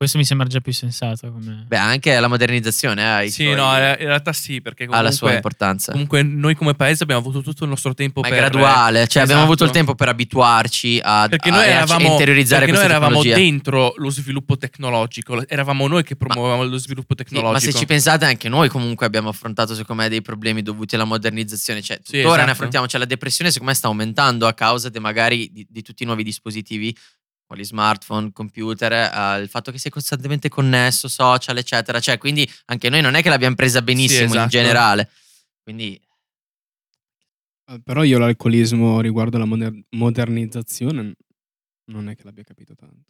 Speaker 4: Questo mi sembra già più sensato. come-
Speaker 2: Beh, anche la modernizzazione eh, ha, i
Speaker 1: Sì,
Speaker 2: suoi-
Speaker 1: no,
Speaker 2: ha
Speaker 1: in realtà sì, perché comunque,
Speaker 2: la sua importanza.
Speaker 1: comunque noi come paese abbiamo avuto tutto il nostro tempo
Speaker 2: Ma è
Speaker 1: per
Speaker 2: graduale, cioè abbiamo
Speaker 1: esatto.
Speaker 2: avuto il tempo per abituarci a,
Speaker 1: Perché
Speaker 2: a-
Speaker 1: noi
Speaker 2: e a-
Speaker 1: eravamo,
Speaker 2: interiorizzare
Speaker 1: perché noi
Speaker 2: questa
Speaker 1: eravamo
Speaker 2: tecnologia.
Speaker 1: dentro lo sviluppo tecnologico, eravamo noi che promuovevamo lo sviluppo
Speaker 2: Sì, ma se
Speaker 1: tecnologico.
Speaker 2: ci pensate anche noi comunque abbiamo affrontato secondo me dei problemi dovuti alla modernizzazione, cioè tuttora ne
Speaker 1: esatto.
Speaker 2: affrontiamo, cioè la depressione secondo me sta aumentando a causa di magari di, di tutti i nuovi dispositivi, quali smartphone, computer, eh, il fatto che sei costantemente connesso, social eccetera, cioè quindi anche noi non è che l'abbiamo presa benissimo in
Speaker 1: esatto.
Speaker 2: generale, quindi
Speaker 5: Eh, Però io l'alcolismo riguardo alla moder- modernizzazione non è che l'abbia capito tanto.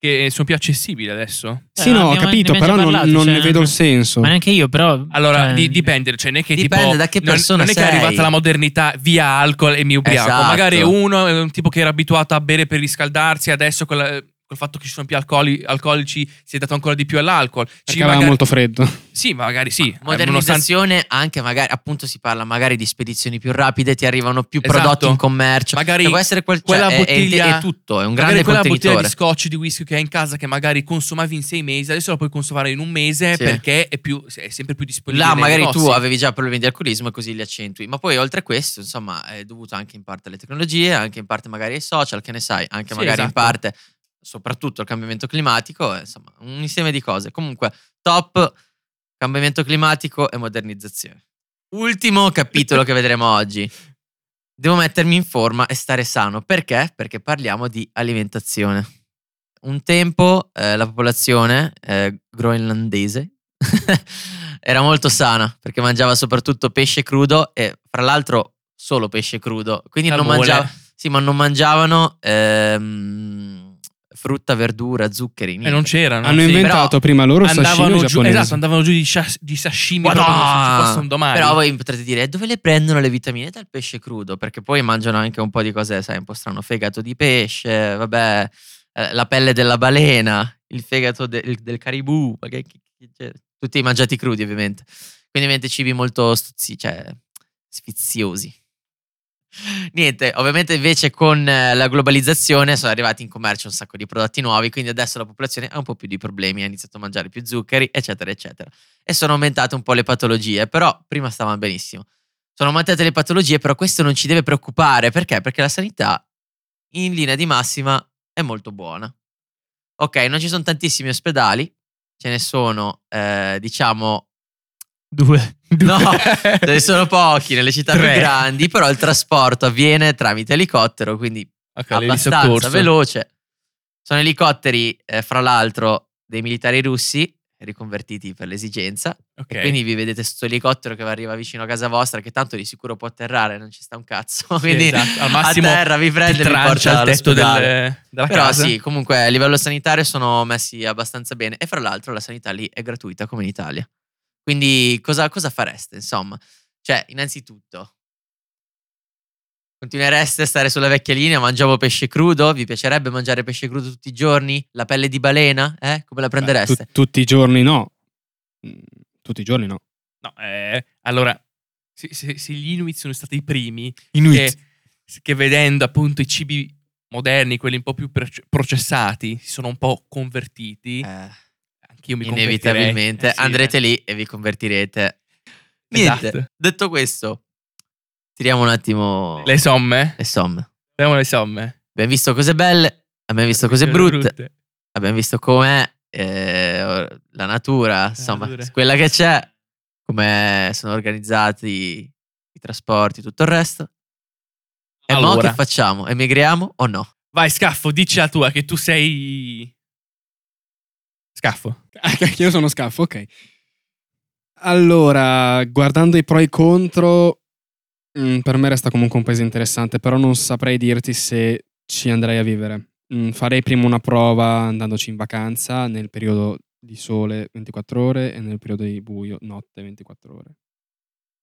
Speaker 1: che sono più accessibili adesso.
Speaker 4: Eh,
Speaker 5: sì, no, ho
Speaker 4: abbiamo-
Speaker 5: capito,
Speaker 4: ne abbiamo
Speaker 5: però
Speaker 4: già
Speaker 5: non,
Speaker 4: parlato,
Speaker 5: non
Speaker 4: cioè,
Speaker 5: ne vedo il senso.
Speaker 4: Ma neanche io, però...
Speaker 1: Allora,
Speaker 4: cioè,
Speaker 1: di- dipende, cioè non è che
Speaker 2: Dipende
Speaker 1: tipo,
Speaker 2: da che
Speaker 1: non-
Speaker 2: persona
Speaker 1: non, è che
Speaker 2: sei.
Speaker 1: è arrivata la modernità via alcol e mi ubriaco.
Speaker 2: Esatto.
Speaker 1: Magari uno è un tipo che era abituato a bere per riscaldarsi, adesso con la- col fatto che ci sono più alcoli- alcolici si è dato ancora di più all'alcol. Ci
Speaker 5: Perché aveva
Speaker 1: magari-
Speaker 5: molto freddo.
Speaker 1: Sì, ma magari sì. eh, nonostante-
Speaker 2: Modernizzazione anche magari, appunto si parla magari di spedizioni più rapide, ti arrivano più
Speaker 1: Esatto.
Speaker 2: prodotti in commercio.
Speaker 1: Magari
Speaker 2: Cioè, può essere quel, cioè,
Speaker 1: quella
Speaker 2: è- è-
Speaker 1: bottiglia-
Speaker 2: è, tutto, è un
Speaker 1: Magari
Speaker 2: grande
Speaker 1: quella bottiglia
Speaker 2: contenitore.
Speaker 1: di scotch di whisky che hai in casa che magari consumavi in sei mesi, adesso la puoi consumare in un mese
Speaker 2: Sì.
Speaker 1: perché è, più- è sempre più disponibile.
Speaker 2: Là
Speaker 1: nei
Speaker 2: magari tu
Speaker 1: negozi.
Speaker 2: avevi già problemi di alcolismo e così li accentui, ma poi oltre a questo insomma è dovuto anche in parte alle tecnologie, anche in parte magari ai social, che ne sai, anche
Speaker 1: Sì,
Speaker 2: magari in
Speaker 1: esatto.
Speaker 2: parte soprattutto il cambiamento climatico, eh, insomma un insieme di cose. Comunque top cambiamento climatico e modernizzazione. Ultimo capitolo che vedremo oggi. Devo mettermi in forma e stare sano. Perché? Perché parliamo di alimentazione. Un tempo eh, la popolazione eh, groenlandese (laughs) era molto sana perché mangiava soprattutto pesce crudo e fra l'altro solo pesce crudo. Quindi non,
Speaker 1: Salmone.
Speaker 2: mangiava, sì, ma non mangiavano ehm, frutta, verdura, zuccheri.
Speaker 1: E
Speaker 2: niente.
Speaker 1: non c'erano.
Speaker 5: Hanno
Speaker 1: sì.
Speaker 5: inventato prima loro il sashimi
Speaker 1: andavano giù,
Speaker 5: giapponese.
Speaker 1: esatto, andavano giù di, sas- di sashimi
Speaker 2: Madonna!
Speaker 1: proprio come se ci fosse un domani. (laughs)
Speaker 2: Però voi potrete dire "E dove le prendono le vitamine dal pesce crudo? Perché poi mangiano anche un po' di cose, sai, un po' strano, fegato di pesce, vabbè, eh, la pelle della balena, il fegato de- il- del caribù, ma che- che- che- cioè, tutti mangiati crudi ovviamente. Quindi ovviamente cibi molto stuzzi, cioè sfiziosi. Niente, ovviamente invece con eh, la globalizzazione sono arrivati in commercio un sacco di prodotti nuovi, quindi adesso la popolazione ha un po' più di problemi, ha iniziato a mangiare più zuccheri, eccetera, eccetera e sono aumentate un po' le patologie, però prima stavano benissimo. sono aumentate le patologie, però questo non ci deve preoccupare. Perché? Perché la sanità, in linea di massima, è molto buona. Ok, non ci sono tantissimi ospedali, ce ne sono, eh, diciamo,
Speaker 4: Due.
Speaker 2: no, ce ne sono pochi nelle città
Speaker 1: (laughs) Tre.
Speaker 2: più grandi, però il trasporto avviene tramite elicottero, quindi
Speaker 1: Ok, lei di
Speaker 2: abbastanza
Speaker 1: soccorso.
Speaker 2: veloce. Sono elicotteri, eh, fra l'altro, dei militari russi riconvertiti per l'esigenza.
Speaker 1: Ok.
Speaker 2: E quindi vi vedete sto elicottero che vi arriva vicino a casa vostra, che tanto di sicuro può atterrare, non ci sta un cazzo. (laughs) Quindi
Speaker 1: esatto, al massimo
Speaker 2: a terra vi prende e vi porta
Speaker 1: trancia al tetto
Speaker 2: all'ospedale.
Speaker 1: del, della
Speaker 2: Però
Speaker 1: casa.
Speaker 2: sì, comunque a livello sanitario sono messi abbastanza bene. E fra l'altro la sanità lì è gratuita come in Italia. Quindi cosa, cosa fareste, insomma? Cioè, innanzitutto, continuereste a stare sulla vecchia linea? Mangiavo pesce crudo? Vi piacerebbe mangiare pesce crudo tutti i giorni? La pelle di balena? Eh? Come la prendereste?
Speaker 5: Tu- tutti i giorni no. Mm, Tutti i giorni no.
Speaker 1: No, eh, allora, se, se- se gli Inuit sono stati i primi
Speaker 4: Inuit.
Speaker 1: Che, che vedendo appunto i cibi moderni, quelli un po' più proce- processati, si sono un po' convertiti.
Speaker 2: Eh,
Speaker 1: Anch'io mi convertirei.
Speaker 2: inevitabilmente
Speaker 1: Eh sì,
Speaker 2: andrete
Speaker 1: eh.
Speaker 2: lì e vi convertirete.
Speaker 1: Esatto.
Speaker 2: Niente, detto questo, tiriamo un attimo
Speaker 1: Le somme?
Speaker 2: le somme.
Speaker 1: Abbiamo le somme.
Speaker 2: Abbiamo visto cose belle, abbiamo visto cose brutte. abbiamo visto com'è eh, or- la natura, insomma,
Speaker 1: natura.
Speaker 2: quella che c'è, come sono organizzati i trasporti, tutto il resto. E mo'
Speaker 1: Allora.
Speaker 2: che facciamo? Emigriamo o no?
Speaker 1: Vai, Scaffo, dici la tua che tu sei... Scaffo.
Speaker 5: (laughs) Ah, cacchio, Io sono scafo, ok. Allora, guardando i pro e i contro, mm, per me resta comunque un paese interessante, però non saprei dirti se ci andrei a vivere. Mm, farei prima una prova andandoci in vacanza nel periodo di sole 24 ore e nel periodo di buio notte 24 ore.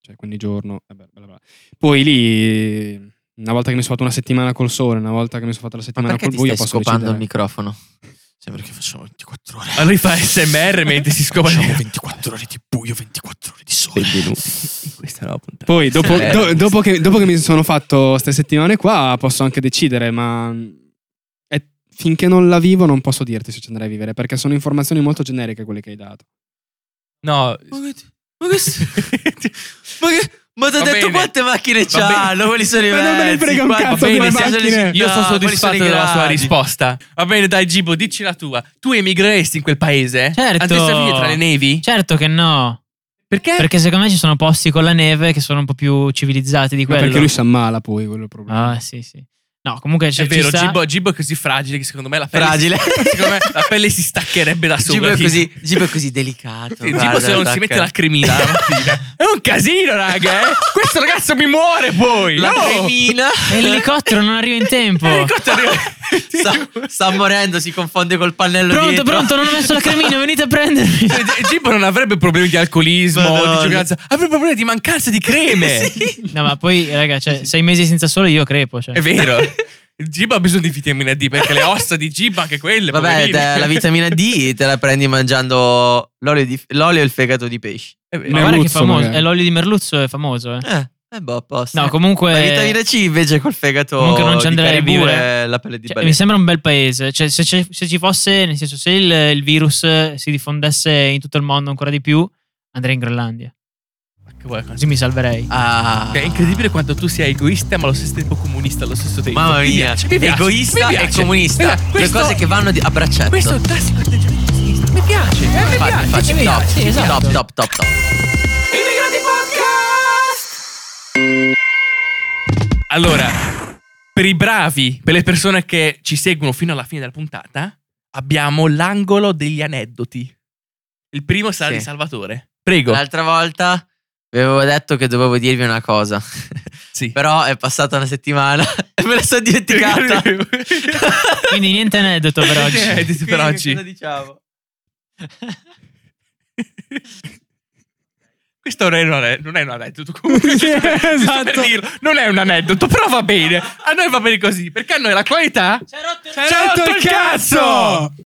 Speaker 5: Cioè, quindi giorno, vabbè, bla bla bla. Poi lì, una volta che mi sono fatto una settimana col sole, una volta che mi sono fatto la
Speaker 2: Ma
Speaker 5: settimana
Speaker 2: perché
Speaker 5: col
Speaker 2: ti
Speaker 5: buio,
Speaker 2: stai
Speaker 5: posso
Speaker 2: scopando il
Speaker 5: decidere.
Speaker 2: microfono? Sembra che facciamo 24 ore.
Speaker 1: Allora
Speaker 2: (laughs)
Speaker 1: fa SMR mentre si scopre...
Speaker 2: Facciamo 24 ore di buio, 24 ore di sole.
Speaker 1: (laughs) Questa è la puntata.
Speaker 5: Poi, dopo,
Speaker 1: Eh.
Speaker 5: do- dopo che, dopo che mi sono fatto queste settimane qua, posso anche decidere, ma mm, è- finché non la vivo non posso dirti se ci andrei a vivere, perché sono informazioni molto generiche quelle che hai dato.
Speaker 1: No.
Speaker 2: Ma che... Ma che... Ma che... Ma ti ho
Speaker 1: Va
Speaker 2: detto
Speaker 1: bene.
Speaker 2: quante macchine
Speaker 1: Va
Speaker 2: c'hanno? Quelli sono i
Speaker 5: Ma non me ne
Speaker 2: mezzi,
Speaker 5: frega un
Speaker 2: quanti-
Speaker 5: cazzo
Speaker 2: quali
Speaker 1: delle
Speaker 2: sono i-
Speaker 5: macchine.
Speaker 1: Io sono
Speaker 2: No, quali sono
Speaker 1: soddisfatto
Speaker 2: i
Speaker 1: della sua
Speaker 2: gradi?
Speaker 1: risposta. Va bene, dai, Gibo, dici la tua. Tu emigreresti in quel paese?
Speaker 4: Certo.
Speaker 1: Andresti a vivere tra le nevi?
Speaker 4: Certo che no.
Speaker 1: Perché?
Speaker 4: Perché secondo me ci sono posti con la neve che sono un po' più civilizzati di
Speaker 5: Ma
Speaker 4: quello.
Speaker 5: perché lui si ammala poi, quello è il problema.
Speaker 4: Ah, sì, sì. No, comunque c'è
Speaker 1: È vero,
Speaker 4: Cioè, ci sta-
Speaker 1: Gibo, Gibo è così fragile che secondo me la pelle,
Speaker 2: Fragile.
Speaker 1: Si, (laughs) secondo me la pelle si staccherebbe da
Speaker 2: Gibo
Speaker 1: sola.
Speaker 2: è
Speaker 1: Sì,
Speaker 2: così, Gibo è così delicato.
Speaker 1: Gibo
Speaker 2: guarda,
Speaker 1: se non si
Speaker 2: attacca.
Speaker 1: mette la cremina la mattina. È un casino, raga. eh. Questo ragazzo mi muore poi.
Speaker 2: (laughs) La
Speaker 1: no. Eh,
Speaker 2: cremina
Speaker 4: E l'elicottero non arriva in tempo.
Speaker 1: Elicottero.
Speaker 2: (laughs) sta, sta morendo, si confonde col pannello
Speaker 4: Pronto,
Speaker 2: dietro.
Speaker 4: pronto, non ho messo la cremina, venite a prendermi.
Speaker 1: Cioè, G- Gibo non avrebbe problemi di alcolismo
Speaker 2: Madonna.
Speaker 1: di giocanza. Avrebbe problemi di mancanza
Speaker 2: (laughs)
Speaker 1: di creme.
Speaker 4: No, ma poi, raga, cioè, sei mesi senza sole io crepo. Cioè.
Speaker 1: È (laughs) vero. Gibo ha bisogno di vitamina D perché le ossa di Gibo anche quelle.
Speaker 2: Vabbè,
Speaker 1: poverine.
Speaker 2: te- la vitamina
Speaker 1: (laughs)
Speaker 2: D te la prendi mangiando l'olio, di- l'olio e il fegato di pesce.
Speaker 1: È
Speaker 4: Ma
Speaker 1: vero.
Speaker 4: guarda che
Speaker 5: Merluzzo,
Speaker 4: famoso.
Speaker 5: magari.
Speaker 4: È l'olio di merluzzo è famoso, eh.
Speaker 2: Eh, eh boh, apposta.
Speaker 4: No, comunque.
Speaker 2: La vitamina C invece col fegato
Speaker 4: Comunque non ci
Speaker 2: di
Speaker 4: andrei
Speaker 2: caribou
Speaker 4: pure.
Speaker 2: e la pelle di
Speaker 4: Cioè,
Speaker 2: balena.
Speaker 4: mi sembra un bel paese. Cioè, se, c'è- se ci fosse, nel senso, se il, il virus si diffondesse in tutto il mondo ancora di più, andrei in Groenlandia.
Speaker 1: Che vuoi, cosa-
Speaker 4: Così mi salverei.
Speaker 2: Ah.
Speaker 1: È incredibile quanto tu sia egoista ma allo stesso tempo comunista allo stesso tempo.
Speaker 2: Mamma
Speaker 1: Mi
Speaker 2: mia,
Speaker 1: piace, mi piace,
Speaker 2: egoista
Speaker 1: mi piace.
Speaker 2: e comunista.
Speaker 1: Guarda, questo-
Speaker 2: Due cose che vanno di- a braccetto.
Speaker 1: Questo è un classico atteggiamento di sinistra. Mi piace, eh, mi
Speaker 2: Infatti,
Speaker 1: piace.
Speaker 2: infatti,
Speaker 1: mi
Speaker 2: top,
Speaker 1: piace.
Speaker 2: top,
Speaker 1: Esatto.
Speaker 2: top, top, top, top.
Speaker 3: Immigrati Podcast!
Speaker 1: Allora, per i bravi, per le persone che ci seguono fino alla fine della puntata, abbiamo l'angolo degli aneddoti. Il primo sarà
Speaker 2: Sì.
Speaker 1: di Salvatore. Prego.
Speaker 2: L'altra volta vi avevo detto che dovevo dirvi una cosa. (laughs)
Speaker 1: Sì.
Speaker 2: Però è passata una settimana (laughs) e me la sono dimenticata. (laughs)
Speaker 4: Quindi niente aneddoto per oggi.
Speaker 1: Eh,
Speaker 2: Quindi
Speaker 1: per oggi.
Speaker 2: Cosa diciamo?
Speaker 1: (laughs) Questo non è, non è- non è un aneddoto comunque.
Speaker 5: Sì,
Speaker 1: giusto per
Speaker 5: esatto.
Speaker 1: dirlo. Non è un aneddoto, però va bene. A noi va bene così, perché a noi la qualità...
Speaker 4: C'è rotto
Speaker 1: Certo il cazzo!